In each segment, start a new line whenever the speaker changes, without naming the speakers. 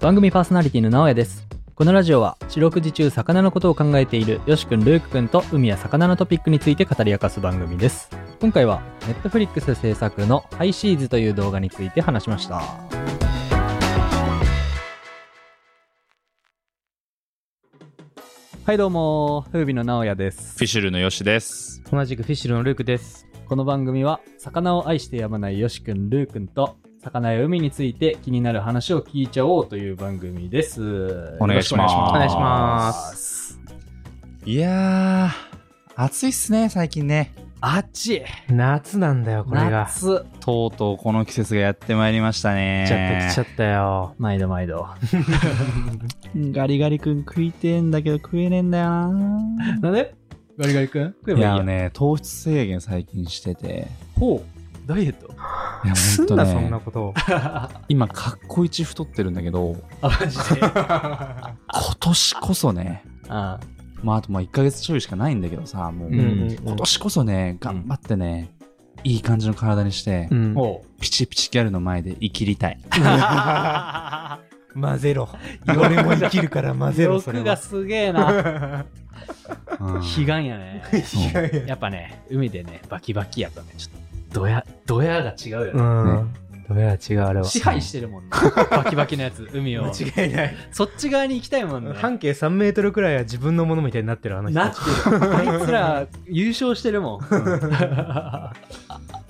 番組パーソナリティの直哉ですこのラジオは四六時中魚のことを考えているよしくんルークくんと海や魚のトピックについて語り明かす番組です今回は Netflix 制作の「ハイシーズ」という動画について話しましたはいどうも風美の直哉です
フィッシュルのよしです。
同じくフィッシュルのルークです。
この番組は魚を愛してやまないよしくんルーくんと魚や海について気になる話を聞いちゃおうという番組です
お願いします
よろく
お願いします
いやー、暑いっすね、最近ね。
暑い
夏なんだよ、これが。
夏
とうとうこの季節がやってまいりましたね。
来ちゃった、来ちゃったよ。
毎度毎度ガリガリ君食いてえんだけど食えねえんだよななんでガリガリ君食えばい
い
いや
やね、糖質制限最近してて。
ほうダイエット
いや
すん
ほ
な、
とね
そんなこと。
あ
今、かっこ一太ってるんだけど、
マジ で
今年こそね、
あ
まあ、あとまあ1ヶ月ちょいしかないんだけどさ、もう、
うん
今年こそね、頑張ってね、いい感じの体にして、
うん
ほ
ピチピチギャルの前で生きりたい。
混ぜろ。俺も生きるから混
う 欲が。すげえな
うん
悲願やね
そう
やっぱね、海でね、バキバキやとね、ちょっと、ドヤ、ドヤが違うよ
う
ね。
ん。どうやら違う、あれは。
支配してるもんね。バキバキのやつ、海を。
間違いない。
そっち側に行きたいもんね。
半径3メートルくらいは自分のものみたいになってる、あの人。
なってる。あいつら、優勝してるもん。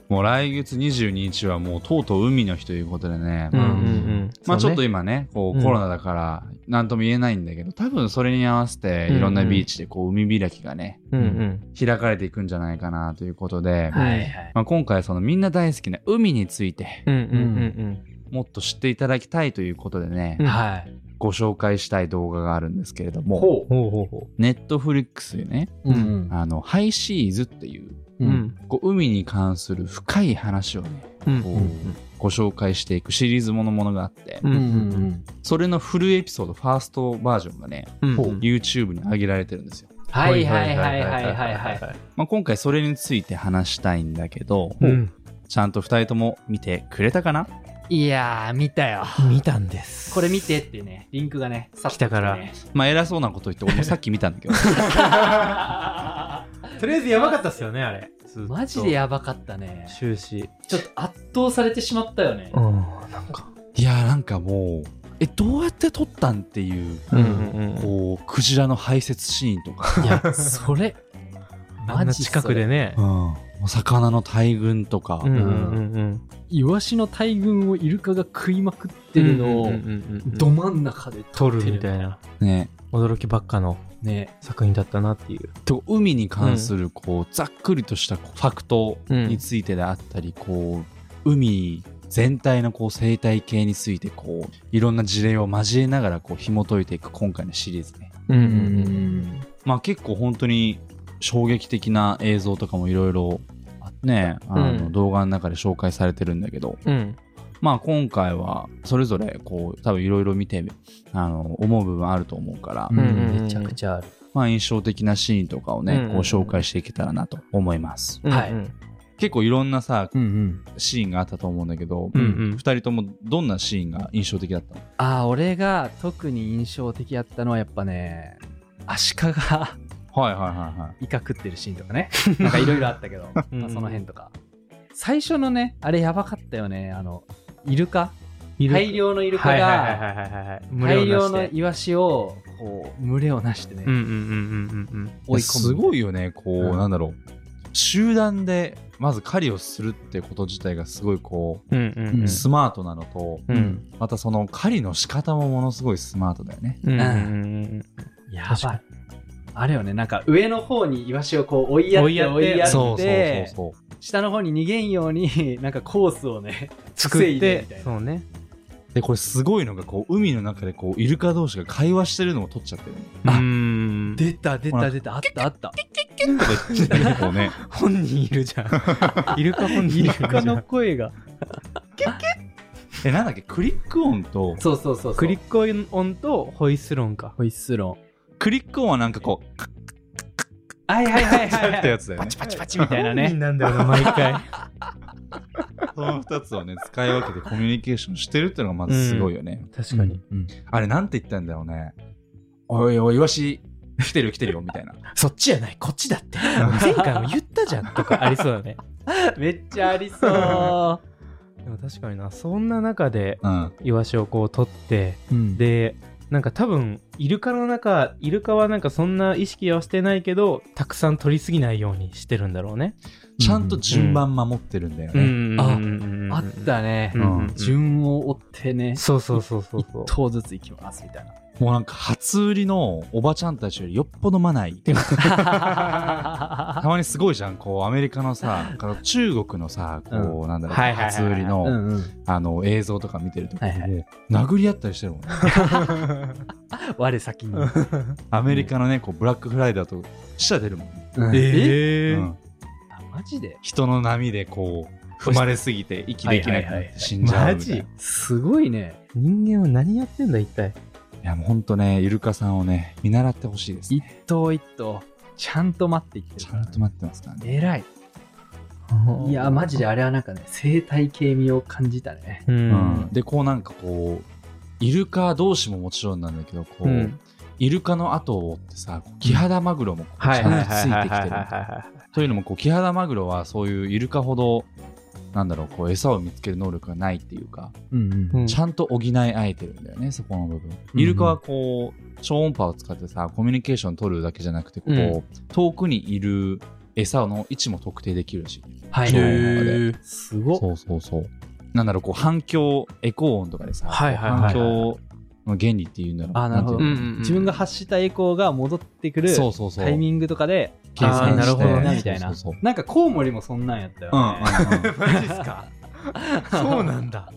もう来月22日はもうとうとう海の日ということでね、
うんうんうん。
まあち
そう
ょっ
ね
と今ね、こ
う
うんコロナだから何とも言えないんだけど、多分それに合わせて
うん
いろんなビーチでこう海開きがね、
うんうん。
開かれていくんじゃないかなということで、
はいはい。
まあ、今回そのみんな大好きな海について
うんうんうん
もっと知っていただきたいということでね、
うん
はい。
ご紹介したい動画があるんですけれども、
ほ
うん。ほうほうほ
ネットフリックスでね、
う。うん。
あの、ハイシーズっていう、
う。
う。
うんん。
こう海に関する深い話をね、
うん
こ
う
うんご紹介していくシリーズものものがあって、
うん。う
うんん。
それのフルエピソード、ファーストバージョンがね、
うん。
YouTube に上げられてるんですよ。
はいはいはいはいはいはい。
い。
まあ、今回それについて話したいんだけど、
うん。
ちゃんと2人とも見てくれたかない
やー、見たよ。
見たんです。
これ見てっていうね、リンクがね、さっとね
来たから
まあ偉そうなこと言って 俺もさっき見たんだけど
とりあえずやばかったっすよね、あれ。
マジでやばかったね。
終始。
ちょっと圧倒されてしまったよね。
ん、なんか。
いやーなんかもうえどうやって撮ったんっていう
う
うんん
う
うんんうん。
こうクジラの排泄シーンとか、
いや、それ、
あんな近くでね。
お魚の大群とか、
うんうんうんうん。
イワシの大群をイルカが食いまくってるの
う
を
んうんうんうん
ど真ん中で
撮る
って
みたいな。
ね
驚きばっかの
ね
作品だったなっていう。
と海に関するこう、ざっくりとしたこうファクトについてであったり、こう海全体のこう生態系についてこういろんな事例を交えながらこう紐解いていく今回のシリーズね。
うん
う
まあ結構本当に衝撃的な映像とかもいろいろね、あ
う
の
ん
動画の中で紹介されてるんだけど、
うん。
まあ今回はそれぞれこう多分いろいろ見てあの思う部分あると思うから、
うん
うん
めちゃくちゃある
まあ印象的なシーンとかをね、
うんうん
こう紹介していけたらなと思います。
うん
はい
うん
結構いろんなさ、
うんうん
シーンがあったと思うんだけど、
う
二
んうん
人ともどんなシーンが印象的だったの
あー俺が特に印象的やったのはやっぱねアシカが
はいはいはいはい。
イカ食ってるシーンとか ねなんかいろいろあったけどまあ
うんうん
その辺とか最初のねあれやばかったよねあのイルカ
イルカ
大量のイルカ
はいはい
が
はいはいはい。
大量の
イ
イワシをこう群れをなしてね
うんうんうんうんうん
追い込む
すごいよねこう、
うん
なんだろう集団でまず狩りをするってこと自体がすごいこう、
うん。うんうん
スマートなのと、
うん。うん
またその狩りの仕方もものすごいスマートだよね
うんうん
や
確
ば
か
い。あれよね、なんか上の方にイワシをこう追いやっ
追い
て
やって
追いや
そ
っ
う
て、
そうそう
下の方に逃げんように、なんかコースをね、
作
防い
っ
でみた
て、
いな
そうね。
そうでこれすごいのがこう海の中でこうイルカ同士が会話してるのを撮っちゃってるね
う
あ
ん。
出た出た出た、あったあった。
とか言ってねこうね
本人いるじゃ ん。イルカ本人い
イ
る
ル
じゃん
カの声が。
えなんだっけクリック音と
そうそうそうそう。
クリック音とホイッスロンか。
ホイッスロン。
クリック音はなんかこう
はいはいはいはい、
やったやつだよね
パチパ
チみたいなね
本人なんだよな、毎回。
その2つを ね、使い分けてコミュニケーションしてるっていうのがまずすごいよね。
確かに。
うん。
あれ、なんて言ったんだろうね。おいおい、イワシ、来てるよ来てるよ、みたいな。
そっちじゃない、こっちだって。前回も言ったじゃんとかありそうだね。めっちゃありそう。でも確かにな、そんな中で、
うん。
イワシをこう取って、
うん、
で、なんか多分、イルカの中、イルカはなんかそんな意識はしてないけど、たくさん取りすぎないようにしてるんだろうね。
ちゃんと順番守ってるんだよね。
ああ
あ
ったね
う。んうん
順を追ってね、
そうそうそうそうそう。
一頭ずつ行きますみたいな。
もうなんか、初売りのおばちゃんたちよりよっぽどマナーいい。たまにすごいじゃん、こう、アメリカの さ、あの中国のさ、こう、なんだろう、
はいはいはいはい
初売り
う
の、
んうん。
あの、映像とか見てると、
はいはい。
殴り合ったりしてるも んね。
我先に。
アメリカのね、こう、ブラックフライダーと、死者出るもんね。
え
え
うん
あマジで
人の波でこう踏まれすぎて息できなくなって死んじゃう
マ
みたいな
ジ
い
すごいね。
人間は何やってんだ一体
やもうほんとねイルカさんをね見習ってほしいです、ね、
一頭一頭、ちゃんと待っていってる
ち
か
ゃ
ら
んと待ってますからね
偉い。いや、マジであれはなんかね、生態系味を感じたね。
う
うん
ん、
でこうなんかこうイルカ同士ももちろんなんだけどこう、
うん
イルカの後を追ってさこうキハダマグロもこうち
はい
ゃ
はい
んとつ
はい
い
は
て
い
き
は
て
い
る
は
というのもこうキハダマグロはそういうイルカほどなんだろうこう餌を見つける能力がないっていうか、
うんうん
いはい
ちゃんと補い合えてるんだよね、そこの部分。イルカはこう、超音波を使ってさ、コミュニケーション取るだけじゃなくて、こう、
うん
遠くにいる餌の位置も特定できるし。
はい
へ
はい
ー
はい。
へ
すごっ。
そうそうそう。なんだろう、こう、反響、エコー音とかでさ、
はいはいは
こ
い
う反響の原理っていうんだろう。
あなるほど
んていう
うんうんうん
自分が発したエコーが戻ってくる
のそうそうそう。
タイミングとかで計
計
算
算して
あーなる
し
ほ
た
どね
よなみたいな
そうそうそう。
なんかコウモリもそんなんやったよ
うん
ね、
うんうん
マジっすかそうなんだ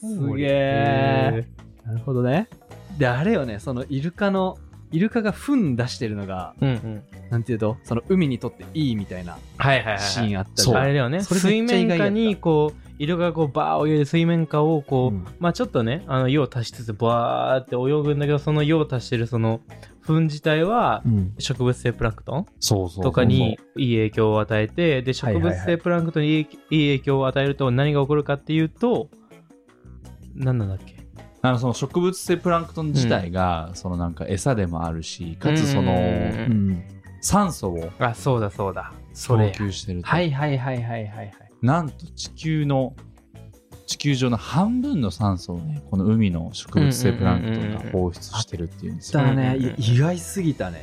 すげえなるほどねであれよねそのイルカのイルカが糞出してるのが
うんうん
なんていうとその海にとっていいみたいな
はいはいはい
シーンあった
そう
あ
あ
れ
れ
だよね
それめ
水
っちゃ意外
面
だ
下
った
にこうイルカがこうバー泳いで水面下をこう、まあちょっとねあの用を足しつつバーって泳ぐんだけどその用を足してるその糞自体は
うん
植物性プランクトン
そうそうそうそう。
とかにいい影響を与えてで
はい
植
はいはい
物性プランクトンにいいいい影響を与えると何が起こるかっていうと何なんだっけ
あのその植物性プランクトン自体が、そのなんか餌でもあるし、かつその、
うん
うん
酸素を
あそうだそうだそ
供
れや
給してると。
はいはいはいはいはいはい
なんと地球の地球上の半分の酸素をねこの海の植物性プランクトンが放出してるっていうんですよ。
だね
うんうんうん
い意外すぎたね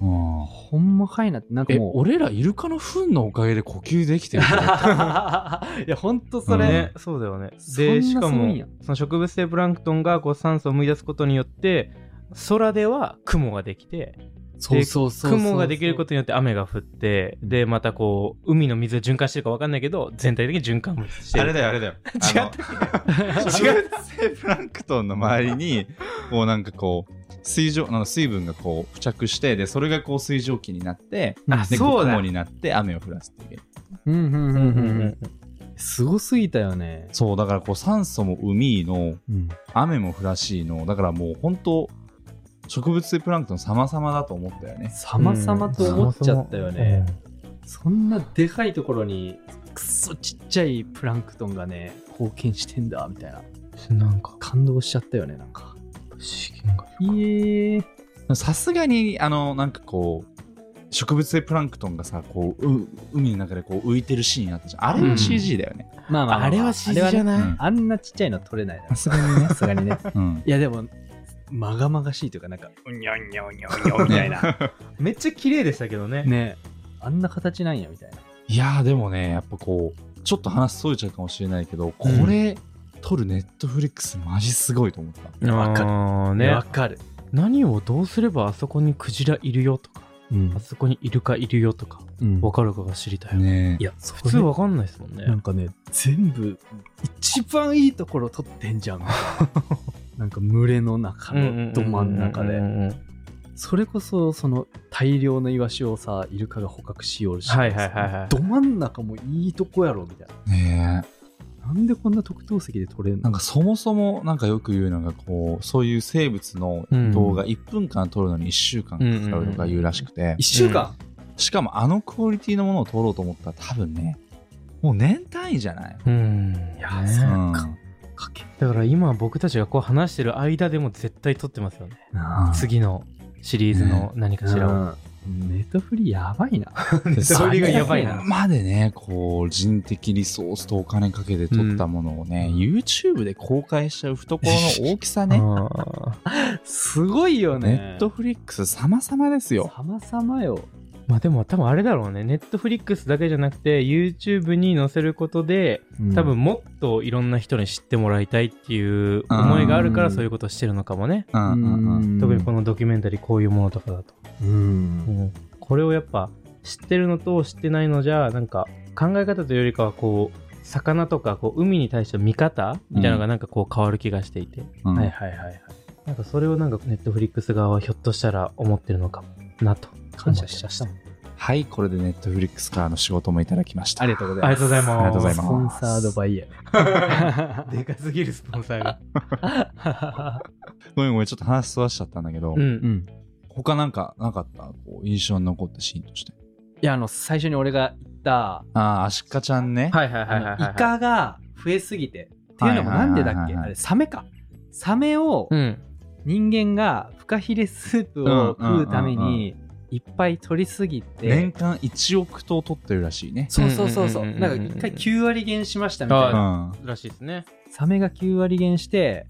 うん
ほんまかいなってなんか
え
もう
俺らイルカの糞のおかげで呼吸できて る
いやほんとそれ、
うん
ね、そうだよね
そんな
でしか
すごい
も
んや
その植物性プランクトンがこう酸素を生み出すことによって空では雲ができて
そうそうそうそう
雲ができることによって雨が降ってでまたこう海の水が循環してるか分かんないけど全体的に循環もしてる
だ よあれ だよ。
違った
あの植物性プランクトンの周りにこうなんかこう水蒸あの水分がこう付着してでそれがこう水蒸気になって
あ
でこ
そうだ
雲になって雨を降らすっていう。
うんうんうん
う
う
んうんん
う
うんん
すごすぎたよね。
そうだからこう酸素も海の
うん、
雨も降らしいのだからもう本当植物性プランクトン様々だと思ったよね
様々と思っちゃったよね。
うん
そんなでかいところにくっそちっちゃいプランクトンがね貢献してんだみたいな
なんか
感動しちゃったよねなんか。
不思議なんか
いえー、
さすがにあのなんかこう植物性プランクトンがさこうう海の中でこう浮いてるシーンあったじゃんあれ
う
も
ん
CG だよね、
まあまあまあ、
あれは
あ
自然じゃ
ね
な
う
い、
ん
あんなちっちゃいの撮れないだろ
さすがにね
さすがにね。
うん
いやでもまがまがしいというかなんかうにょんにょんにょんにょんみたい な
めっちゃ綺麗でしたけどね
ねあんな形なんやみたいな。
いやーでもねやっぱこうちょっと話それちゃうかもしれないけどこれ、撮るネットフリックスマジすごいと思った
わかる
か
わかる。
何をどうすればあそこにクジラいるよとか
うん
あそこにイルカいるよとか
うん
分かるかが知りたい、
ね
いやそれ
普通分かんないですもんね
なんかね、全部、一番いいところ取ってん じゃん。みたいななんか群れの中のど真ん中
う
で。
んうんうんうん
それこそ、その大量のイワシをさ、イルカが捕獲しようし、
はいはいはいはい
ど真ん中もいいとこやろ、みたい
えねえ
な。なんでこんな特等席で取れんの
なんかそもそもなんかよく言うのがこうそういう生物の動画1分間撮るのに1週間かかるとか言うらしくて、
一週間、
しかもあのクオリティのものを撮ろうと思ったら多分ね、もう年単位じゃない、
うん
いや
う
そ
ん、
かけ
だから今僕たちがこう話してる間でも絶対撮ってますよね
な
次のシリーズの何かしらを、
ネットフリやばいな
それがやばい
そ
な
こまでね、こう、人的リソースとお金かけて撮ったものをね、YouTube で公開しちゃう懐の大きさね、
あー
すごいよ
ネ
ね
ットフリックス様々ですよ。
様々よ
まあでも多分あれだろうねネットフリックスだけじゃなくて YouTube に載せることで多分もっといろんな人に知ってもらいたいっていう思いがあるか
う
ら
ん
そういうことしてるのかもね
うんうんうん。
特にこのドキュメンタリーこういうものとかだと、
うん
うんこれをやっぱ知ってるのと知ってないのじゃなんか考え方というよりかはこう魚とかこう海に対しての見方みたいなのがなんかこう変わる気がしていて、
うん
はいはいはいはい
なんかそれをなんかネットフリックス側はひょっとしたら思ってるのかもなと感謝しちゃった
はい、これでネットフリックスからの仕事もいただきました。
ありがとうござい
あ
ま
り
す
がとうございます
ありがとうござい
ス
ま
ポンサードバイヤ
でかすぎるスポンサーが
ー
ごめんごめん、ちょっと話そらしちゃったんだけど、
うん
うん
他なんかなかったこう印象に残ったシーンとして。
いやあの最初に俺が言った
ああ、アシカちゃんね。
はいはいは
あ
いはい、
のイ
はい、
カが増えすぎてっていうのもなんでだっ
はいはいはい
け
はい
あれサメかサメを
うん
人間がフカヒレスープを食うため
うんうんうん
にいっぱい取りすぎ
年
て
間1億頭取ってるらしいね。
そうそうそうそう
うんうんうん
なんか一回9割減しましたみたい
うん。
な
あ
らしいですね
サメが9割減して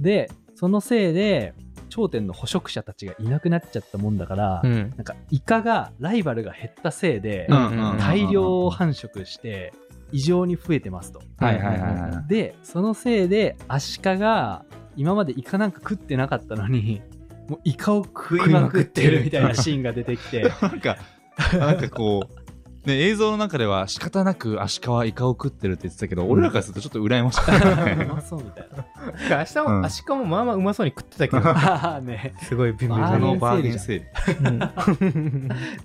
でそのせいで頂点の捕食者たちがいなくなっちゃったもんだから
ん
なんかイカがライバルが減ったせいで
うん
大量繁殖して異常に増えてますと。
はいはいはいはい
でそのせいでアシカが今までイカなんか食ってなかったのにもうイカを食いまくってるみたいなシーンが出てきて
なんか、なんかこう、ね、映像の中では仕方なくアシカはイカを食ってるって言ってたけど、俺らからするとちょっと羨ましかった
う
ね。
まそうみたいな
明日
うん
もアシカもまあまあうまそうに食ってたけど
ああね
すごいビンビン
あ
あ
の
の
バ
バ
ー
ー
ゲ
ゲ
ン
ン
セ
セ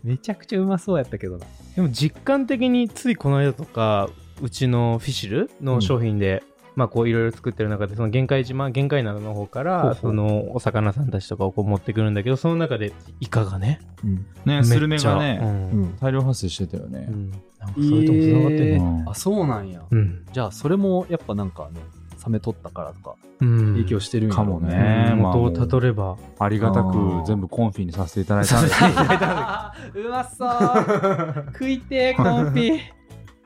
めちゃくちゃうまそうやったけどな
でも実感的についこの間とかうちのフィシルの商品で、まあこういろいろ作ってる中でその限界島限界灘の方か
ほ
ら
うほう
そのお魚さんたちとかをこう持ってくるんだけどその中でイカがね
うん、
ね、スルメが
めっちゃう
ね、
ん
大量発生してたよね
う。んなんかそれともつながってる
え
ね、
うん
あそうなんや、
うん
じゃあそれもやっぱなんかねサメ取ったからとか
うん
影響してるんやろう
かも
て
てねまあ
元をたどれば
ありがた
あ
く
ー
全部コンフィにさせていただい たんで。
うまそう食いてえコンピ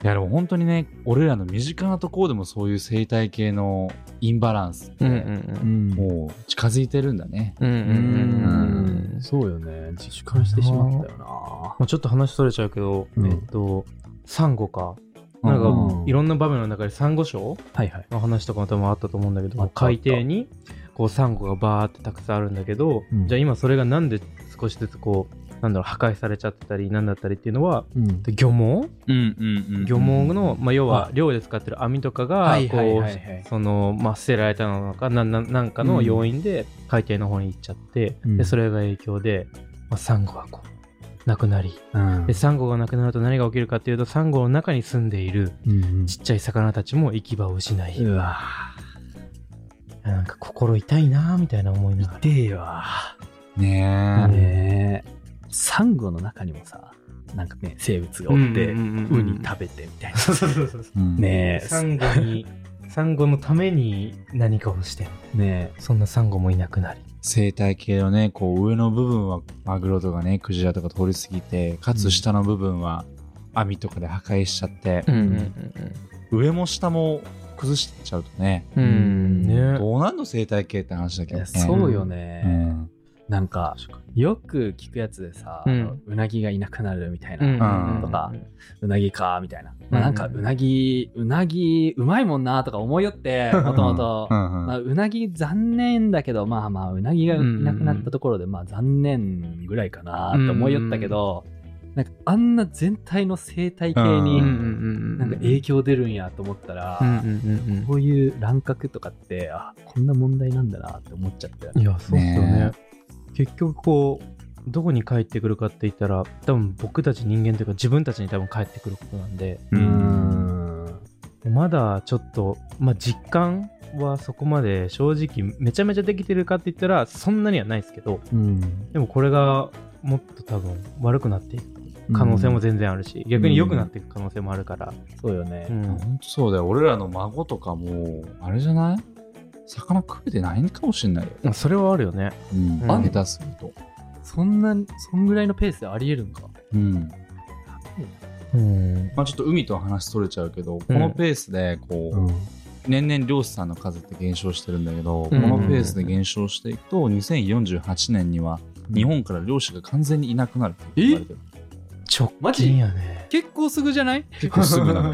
いやでも本当にね、俺らの身近なところでもそういう生態系のインバランスって、
ん
ん
もう近づいてるんだね。
うんうんうんうん
そうよね実感してしまったよ
まあちょっと話それちゃうけど、
うん
えっとサンゴか
う
なん
ん
かいろんな場面の中でサンゴ礁
なはいはい
の話とかも多分あったと思うんだけ
あ
ど
ったあっ
海
た
底にこうサンゴがバーってたくさんあるんだけど、
うん
じゃあ今それがなんで少しずつこうなんだろう破壊されちゃってたりなんだったりっていうのは
うん
で漁網
うんうんうん
漁網の、まあ、要は
は
漁で使ってる網とかが
はいはい
こ
はいうはい
その、まあ、捨てられたのかなんなんなんかの要因で海底の方に行っちゃって、
うん
でそれが影響で、まあ、サンゴがこうなくなり
うん
でサンゴがなくなると何が起きるかっていうとサンゴの中に住んでいる
うん
ちっちゃい魚たちも行き場を失い、
うわ
なんか心痛いなーみたいな思いながら
痛えわ
ねえ。
ねえサンゴの中にもさなんかね生物がおって
うんうんうん
ウニ食べてみたい
そうそうそうそう
うん
ねえ
サンゴにサンゴのために何かをして
なね
そんなサンゴもいなくなり
生態系のねこう上の部分はマグロとかねクジラとか通り過ぎてか
うん
つ下の部分は網とかで破壊しちゃって、上も下も崩しちゃうとね、
うんね
どうなんの生態系って話だけ
えい
どね
やそうよ
う
ね
ん
なんかよく聞くやつでさあ
うん
のうなぎがいなくなるみたい
うん
な
うん
とかうなぎかみたいな
う
まあ
ん
なんかうなぎうなぎうまいもんなとか思いよってもともと
うん
まあ、うなぎ残念だけどまあまあうなぎがいなくなったところで、まあ残念ぐらいかなって思いよったけど、なんかあんな全体の生態系
う
に
ん
なんか影響出るんやと思ったら、
うんうん
こういう乱獲とかってあこんな問題なんだなって思っちゃったよ
うん
ね。
いやそうっすよね
ね
結局こうどこに帰ってくるかって言ったら多分僕たち人間というか自分たちに多分帰ってくることなんで
う
うー
ん
ん
まだちょっと、まあ、実感はそこまで正直めちゃめちゃできてるかって言ったらそんなにはないですけど
うん
でもこれがもっと多分悪くなっていく可能性も全然あるし、逆に良くなっていく可能性もあるから、
そうよね。
うん
ほんとそうだよ俺らの孫とかもあれじゃない魚食えてないかもしんないよ、
まあそれはあるよね
うん
うん
下手すると、
そんな、そんぐらいのペースでありえるんか。
うん
うん
まあ、ちょっと海とは話取れちゃうけど、このペースでこう、
ん。
年々漁師さんの数って減少してるんだけど、
うん
このペースで減少していくと2048年には日本から漁師が完全にいなくなるって言われてる
ちょ、マ
いい
ジ
よね
結構すぐじゃない
結構すぐなの よ、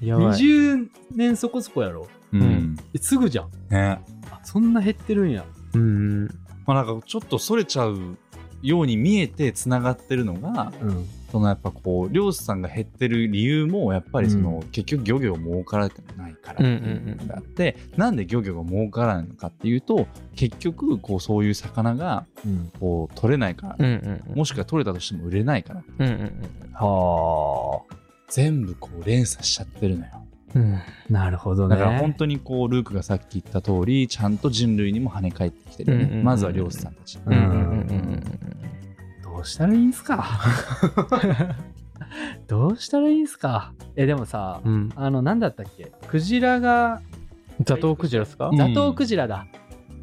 やばい
?20 年そこそこやろ。
うん
うん
えすぐじゃん。
ね
あそんな減ってるんや。
うん
まあなんかちょっとそれちゃうように見えてつながってるのが
うん。
そのやっぱこう漁師さんが減ってる理由もやっぱりその、
う
結局漁業儲からないからっていうのがあって、なんで漁業が儲からないのかっていうと結局こうそういう魚が
うん。
こう取れないから、
うんうん
もしくは取れたとしても売れないから
うんうん
は
全部こう連鎖しちゃってるのよ
うん
あ。なるほどね。
だから本当にこうルークがさっき言った通りちゃんと人類にも跳ね返ってきてるよね、
うんうんうん
まずは漁師さんたち、
うん
うんうん
どうしたらいいんすかどうしたらいいんすかえ、でもさ、
うん
あの、なんだったっけクジラが、
ザトウクジラですか
うん
ザトウクジラだ。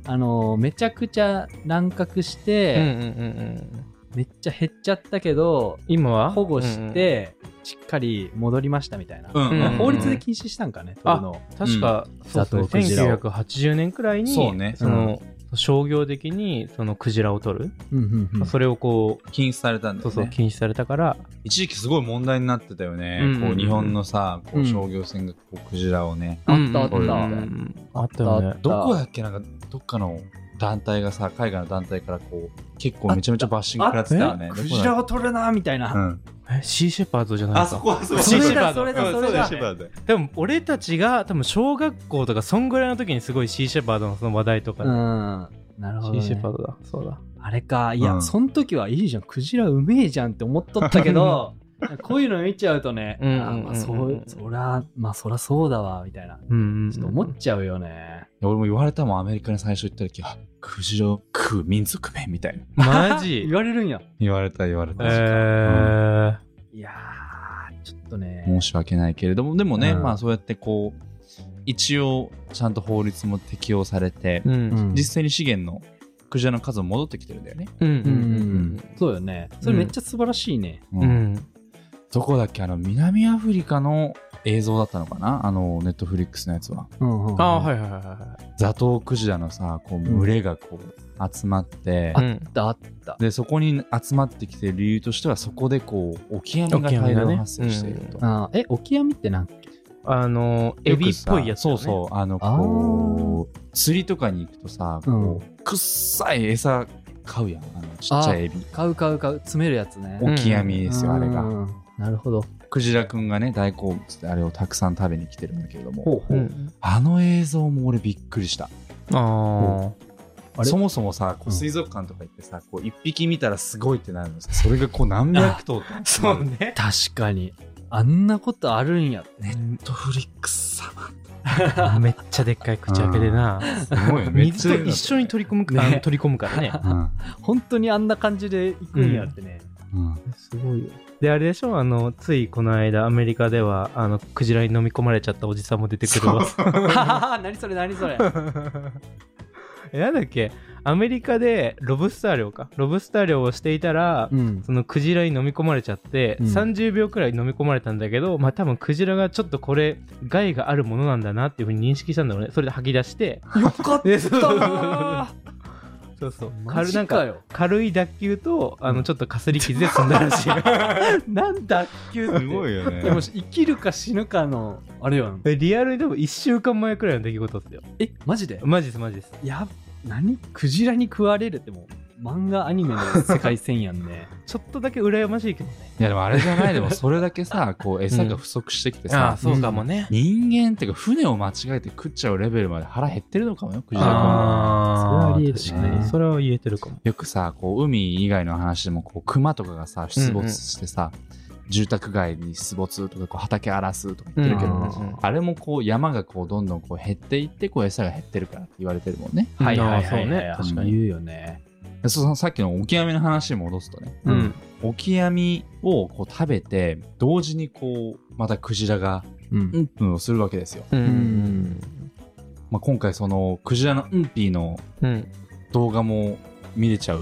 あの、めちゃくちゃ乱獲して、
うんうん
めっちゃ減っちゃったけど、
今は
保護して、しっかり戻りましたみたいな。
うん
うん
まあ法律で禁止したんかね、取るのを
確か、そ
ザ
う
トウク
で
ジ
す
ラ
ね
を
1980年くらいに
そうね
の商業的にそのクジラを取る、
うんうんうん
それをこう
禁止されたんだ
そ
よ
うそう
ね
禁止されたから、
一時期すごい問題になってたよね、
うんうんうん
こう日本のさこ
うん
う商業船がこうクジラをね、
あったあった
うん
あったよね
どこだっけなんかどっかの団体がさ海外の団体からこう結構めちゃめちゃバッシング食らってたよね
クジラを取るなみたいな。
うん、
えシーシェパードじゃない
あ
です
そ
か
こはそう
それ
シーシェパ
だ、
ード
それだ、それだ。
でも俺たちが多分小学校とかそんぐらいの時にすごいシーシェパードのその話題とか
うん。
で、
なるほど、
シーシェ
ね
パ。ードだそうだ
あれか、いや、
うん
そん時はいいじゃん、クジラうめえじゃんって思っとったけど、こういうの見ちゃうとね、
うんうんうんうん
あまあそうそら、まあそらそうだわ、みたいな。
うんうん
ちょっと思っちゃうよね。
俺も言われたもんアメリカに最初行った時あクジラを食う民族名みたいな
マ
言
ジ
われるんや。
言われた言われ
え
た、
ー
いやー、ちょっとね。
申し訳ないけれどもでもね、
うん
まあそうやってこう一応ちゃんと法律も適用されて、
うん
うん
実際に資源のクジラの数も戻ってきてるんだよね、
うん
うんうん
ん
そうよね。それめっちゃ素晴らしいね。
うんうん
どこだっけあの南アフリカの映像だったのかなあのネットフリックスのやつは
うんうんうん
ああはいはいはいは
ザトウクジラのさこう群れがこう集まって、
い、うん
あったあった。
でそこに集まってきてる理由としてはそこでこうオキアミが大量発生していると、
あーえ、オキアミってなんか
あのエビっぽいやつだ
そ
よ
う
ね、
そうあのこう釣りとかに行くとさこう、くっさい餌買うやんあのちっちゃいエビ
買う買う買う、詰めるやつね。
オキアミですよ、あれが
うん。なるほど。
クジラくんがね大好物であれをたくさん食べに来てるんだけれども
う
うん、
あの映像も俺びっくりした
あ
あれ
そもそもさこ
うん
う水族館とか行ってさ、こう一匹見たらすごいってなるのさそれがこう何百頭って
あ そうね
確かに。あんなことあるんや。
ネットフリックス様
めっちゃでっかい口開けでな
すごいよめっち
水
ゃ
と一緒に取り込むか、
ね
あの取り込むからね
うん
本当にあんな感じで行くんやってね。
うん
すごいよであれでしょあのついこの間アメリカではあのクジラに飲み込まれちゃったおじさんも出てくるわ
何それ何それ。
えなんだっけアメリカでロブスター漁かロブスター漁をしていたら、
うん。
そのクジラに飲み込まれちゃって、
うん
30秒くらい飲み込まれたんだけどまあ多分クジラがちょっとこれ害があるものなんだなっていうふうに認識したんだろうねそれで吐き出して
よかった
でそう
わ
そうそう
ー。マ
軽
ジ
なん
か
か
よ。
軽い脱臼とあ
うん
のちょっとかすり傷で済んだらしい
なんだっけって。
すごいよね
でも生きるか死ぬかの、あれやん。
えリアルにでも1週間前くらいの出来事ですよ
え、マジで
マジですマジです
や、何クジラに食われるってもう、漫画アニメの世界線やんね。
ちょっとだけ羨ましいけどね
いやでもあれじゃないでもそれだけさこう餌が不足してきてさ、
そうかも
ね
人間っていうか船を間違えて食っちゃうレベルまで腹減ってるのかもよクジラくんは
それ
ああ
はありえるね
確かにそれは言えてるかも
よくさこう海以外の話でもこう熊とかがさ出没してさ、住宅街に出没とかこう畑荒らすとか言ってるけど、
うん
あれもこう山がこうどんどんこう減っていってこう餌が減ってるからって言われてるもんね。
はい
あ
はい
ーそうね。
確
確
か
か
に
に言うよね。
でそのさっきのオキアミの話に戻すとね、
うん
オキアミをこう食べて同時にこうまたクジラが
うん
うんうんをするわけですよ、
うん
まあ、今回そのクジラのうんぴーの
うん
動画も見れちゃう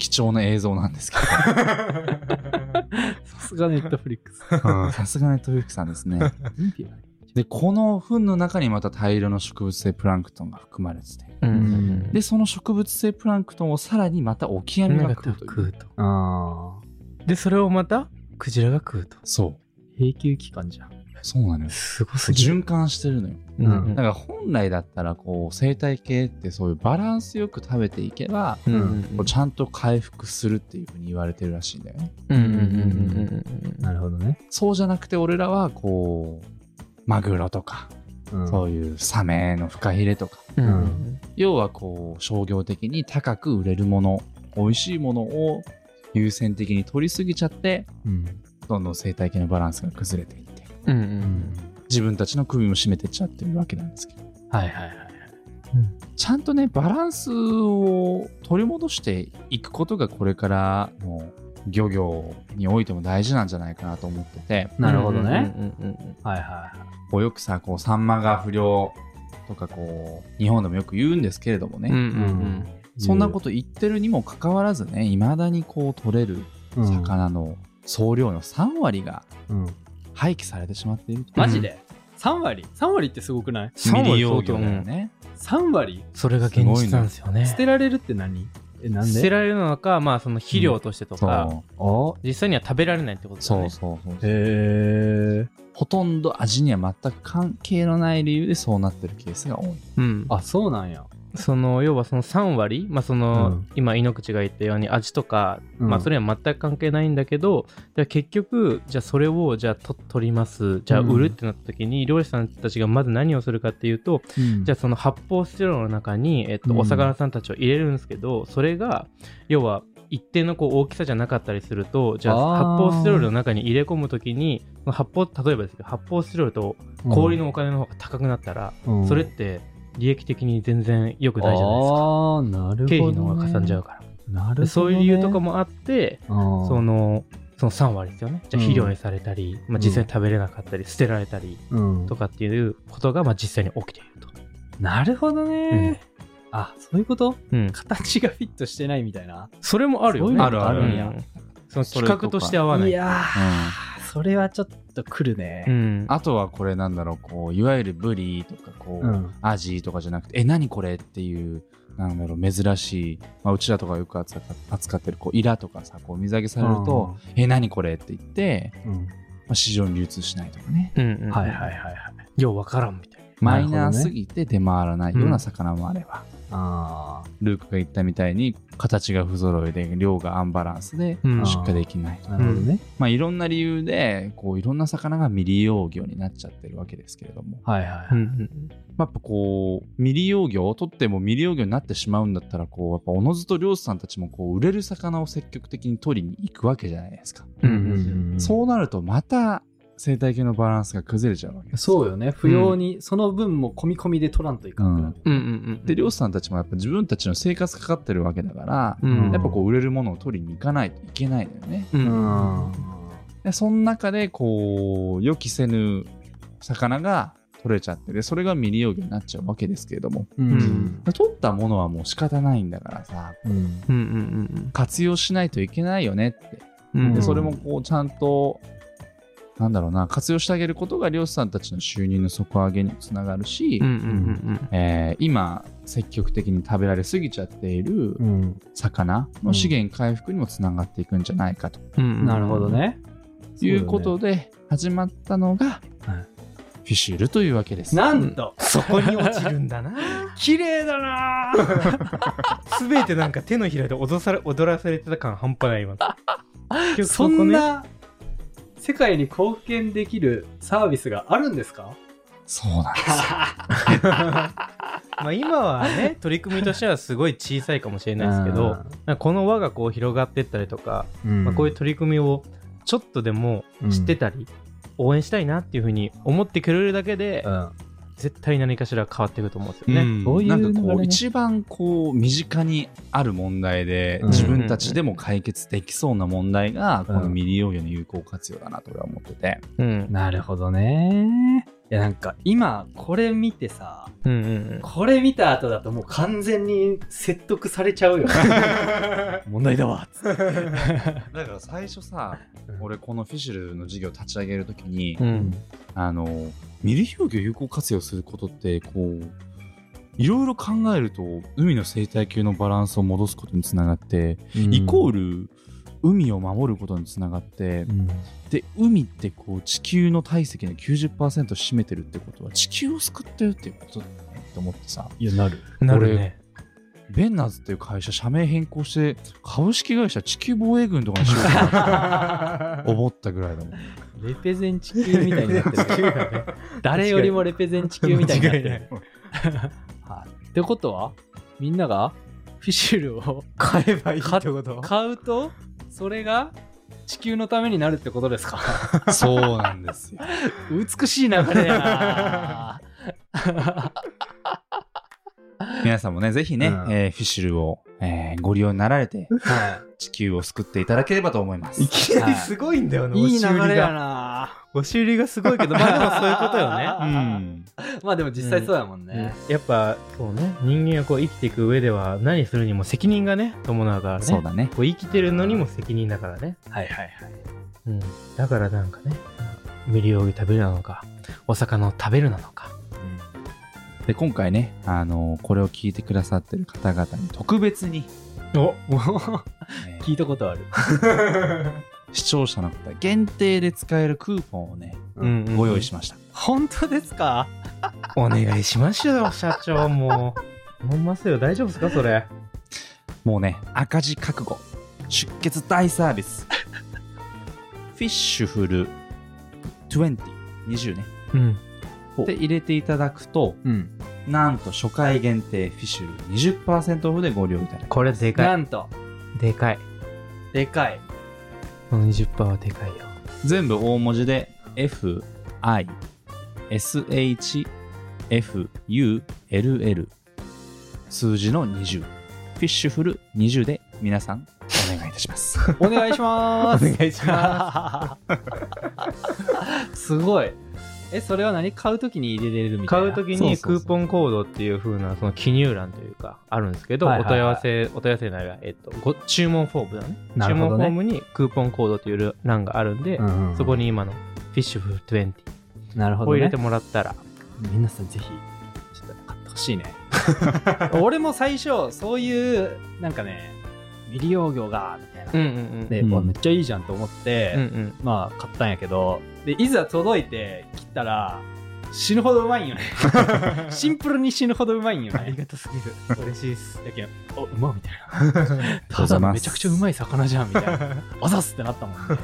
貴重な映像なんですけ
さすがネットフリックス
どさすがネットフリックスさんですねでこの糞の中にまた大量の植物性プランクトンが含まれてて
ん
でその植物性プランクトンをさらにまたオキアミが食うという
食うと
ああ
でそれをまたクジラが食うと
そ
永久期間じゃん
うそうなのよ
すごすぎる
循環してるのよ
うん
だから本来だったらこう生態系ってそういうバランスよく食べていけば
うん
こうちゃんと回復するっていうふうに言われてるらしいんだよね
うんうんうん
なるほどね、
そうじゃなくて俺らはこうマグロとか
うん、
そういうサメのフカヒレとか
うんうん
うん
要はこう商業的に高く売れるもの美味しいものを優先的に取りすぎちゃって
うん
どんどん生態系のバランスが崩れていって
うんう
うんん
自分たちの首も絞めてっちゃってるわけなんですけど
はいはいはい
ちゃんとねバランスを取り戻していくことがこれからの漁業においても大事なんじゃないかなと思ってて
なるほどね、
うんうんうん
はいは
こうよくさこうサンマが不良とかこう日本でもよく言うんですけれどもね、
うん
い、
うん
そんなこと言ってるにもかかわらずねいまだにこう取れる
と
魚の総量の3割が
うん、
廃棄されてしまっていると
マジで3割3割ってすごくない
3割
未利用魚だよね
3割
それが現実なんですよね
捨てられるって何えな
捨てられるのかまあその肥料としてとか、
あ
実際には食べられないってことだ
そ
よ
う
ね
そうそう
へえ
ほとんど味には全く関係のない理由でそうなってるケースが多い。
うん、
あそうなんや
その要はその3割、まあそ
う
の
ん
今井ノ口が言ったように味とか、
うん
まあ、それには全く関係ないんだけどじゃあ結局じゃあそれをじゃあと取りますじゃあ売るってなった時に、漁師さんたちがまず何をするかっていうとじゃあその発泡スチロールの中に、えっ
う
と、
ん
お魚さんたちを入れるんですけど、それが要は一定のこう大きさじゃなかったりするとじゃあ
あー
発泡スチロールの中に入れ込む時にその発泡例えばですけど発泡スチロールと氷のお金の方が高くなったら、
うん
それって利益的に全然良くないじゃないですか
ああなるほど、ね、
経費の方がかさんじゃうから、
なるほど、ね、
そういう理由とかもあって
うん
そのその3割ですよねじゃあ
うん
肥料にされたり、まあ、実際に食べれなかったり捨てられたり
うん
とかっていうことがまあ実際に起きていると、
なるほどね、あそういうこと
うん、
形がフィットしてないみたいな
それもあるよ
そういう
ね
の
あるある
うんその企画として合わない
やー、それはちょっと来る
う
ね
ん、
あとはこれなんだろう、こう、いわゆるブリとか、こう、
うん
アジとかじゃなくて、え、何これっていう、なんだろう、珍しい、まあ、うちらとかよく扱扱ってる、こう、イラとかさ、こう、水揚げされると、え、何これって言って、
うん
まあ、市場に流通しないとかね。
うんうんうん
はいはいはいはい
ようわからんみたい
な
マ
る
イ
ほどね
ナーすぎて出回らないような魚もあれば、
あ
ルークが言ったみたいに、形が不揃いで、量がアンバランスで、
な、うん
あー
出荷できないと
あなるほどね、
まあ、いろんな理由でこういろんな魚が未利用魚になっちゃってるわけですけれども、
はいは
う
い、
んうん
まあ、やっぱこう未利用魚を取っても未利用魚になってしまうんだったらこうやっぱおのずと漁師さんたちもこう売れる魚を積極的に取りに行くわけじゃないですか、
うん
そうなるとまた生態系のバランスが崩れちゃうわけです
そうよね不要に、その分も込み込みで取らんといかんくなる、
うんうん
で漁師さんたちもやっぱ自分たちの生活かかってるわけだから、
うん
やっぱこう売れるものを取りに行かないといけないのよね
うん
うん
でその中でこう予期せぬ魚が取れちゃってでそれが未利用魚になっちゃうわけですけれども
うん
ん
取ったものはもう仕方ないんだからさ
うん
うんうん
活用しないといけないよねって
うんうん
で
ん
それもこうちゃんとなんだろうな活用してあげることが漁師さんたちの収入の底上げにもつながるし、
うんうん
えー今積極的に食べられすぎちゃっている
うん
魚の資源回復にもつながっていくんじゃないかと
うんうん
なるほどね。
いうことで始まったのが
はい
フィシュールというわけです。
なんと、
そこに落ちるんだな
綺麗だな
すべてなんか手のひらで踊され踊らされてた感半 端ない今結局
そ
こね
んな世界に貢献できるサービスがあるんですか
そうなんです
まあ今はね取り組みとしてはすごい小さいかもしれないですけどなんかこの輪がこう広がってったりとか、
うん、
まあ、こういう取り組みをちょっとでも知ってたり、応援したいなっていうふうに思ってくれるだけで、
うん
絶対何かしら変わっていくと思うんですよね。
ん
そういう
なんかこ
流れ
う
ね
一番こう身近にある問題で、
うん
自分たちでも解決できそうな問題が、こ
う
の
ん
未利用魚の有効活用だなと俺は思ってて、
うん
なるほどね。いやなんか今これ見てさ、
うんうん
これ見た後だともう完全に説得されちゃうよ。 問題だわ。
だから最初さ俺このフィシュルの事業立ち上げるときに、
うんう。
うん
あの未利用魚を有効活用することってこういろいろ考えると海の生態系のバランスを戻すことにつながって、イコール海を守ることにつながって、
うん
で海ってこう地球の体積の90%を占めてるってことは地球を救ってるっていうことだよねって思ってさ
いやなる。
なるね。
ベンナーズっていう会社社名変更して株式会社地球防衛軍とかにしようかな と思ったぐらいだもん
レペゼン地球みたいにな ってる。 誰よりもレペゼン地球みたいになってる。はいってことはみんながフィシュルを
買えばいいってこと
買うとそれが地球のためになるってことですか
そうなんですよ
美しい流れやな
皆さんもねぜひね、
うん
えーフィッシュルを、えーご利用になられて
は
地球を救っていただければと思います
いきなりすごいんだよね、
いい
押
い
し売
流
り
れや
が。
な
押し売りがすごいけど、まあでもそういうことよ
う
ね。
うん
まあでも実際そうだもん ね、
やっぱそうね人間がこう生きていく上では何するにも責任がね伴うからね
そうだね
こう生きてるのにも責任だからね、
はいはいはい
うん、だからなんかね未利用魚食べるなのかお魚を食べるなのか
で今回ね、あのこれを聞いてくださってる方々に特別に、
お
えー
聞いたことある
視聴者の方限定で使えるクーポンをね、
うんうん
ご用意しました。
本当ですか
お願いしますよ社長もう思いますよ大丈夫ですかそれ
もうね、赤字覚悟、出血大サービ ス、フィッシュフル20、20ね。
うん
で入れていただくと、
うん
なんと初回限定フィッシュル20%オフでご利用いただけます
これでか
なんと
いでかい
でかい
この20%はでかいよ
全部大文字で F I S H F U L L 数字の20フィッシュフル20で皆さんお願いいたします
お願いします
お願いします
すごいえそれは何買うときに入れれるみたい
買
な
うとき
そう
に
そう
ク
そう
ーポンコードっていう風なその記入欄というかあるんですけど、
はいはいはい
お問い合わせお問い合わせないが、えっと、ご注文フォームだね
な
注
るほ
文
ど
フ
ね
ォームにクーポンコードという欄があるんで、
うんうんうん
そこに今のフィッシュフ20
なるほど、
を
ね、
入れてもらったら、
皆さんぜひちょっと買ってほしいね 俺も最初そういうなんかね未利用魚がみたいな、
うんうん
で、
うん
うわめっちゃいいじゃんと思っ
うんう
て、
ん
まあ買ったんやけどでいざ届いて切ったら死ぬほどうまいんよ ねシンプルに死ぬほどうまいんよねありがたすぎる嬉しいっすだけどおうまみたいな ただのめちゃくちゃうまい魚じゃんみたい なあざっすってなったもんねはい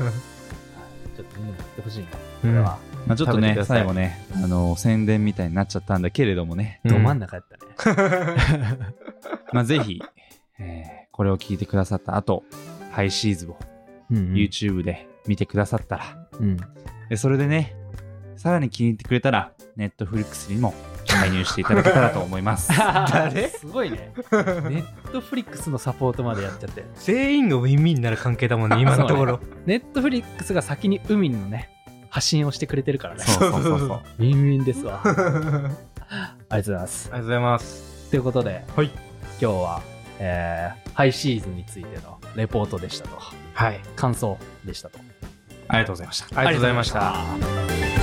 ちょっとみんなも買ってほしいねこれは、
まあちょっと
食べてく
ね
ださい
最後ねあの宣伝みたいになっちゃったんだけれどもね、
うん
ど真ん中やったね
まあぜひ、えーこれを聞いてくださった後ハイシーズを
うん、
YouTube で見てくださったら、
うん
でそれでねさらに気に入ってくれたら Netflix にも介入していただけたらと思い ます
誰すごいね。ネットフリックスのサポートまでやっちゃって。
全員がウィンウィンになる関係だもんね今のところ
ネットフリックスが先に海のね、発信をしてくれてるからね。
そうそうそうそう
ウィンウィンですわ。ありがとうございます。
ありがとうございます
ということで、
はい
今日は、えーハイシーズンについてのレポートでしたと、
はい
感想でしたと。
ありがとうございました
ありがとうございました
ありがとうございました。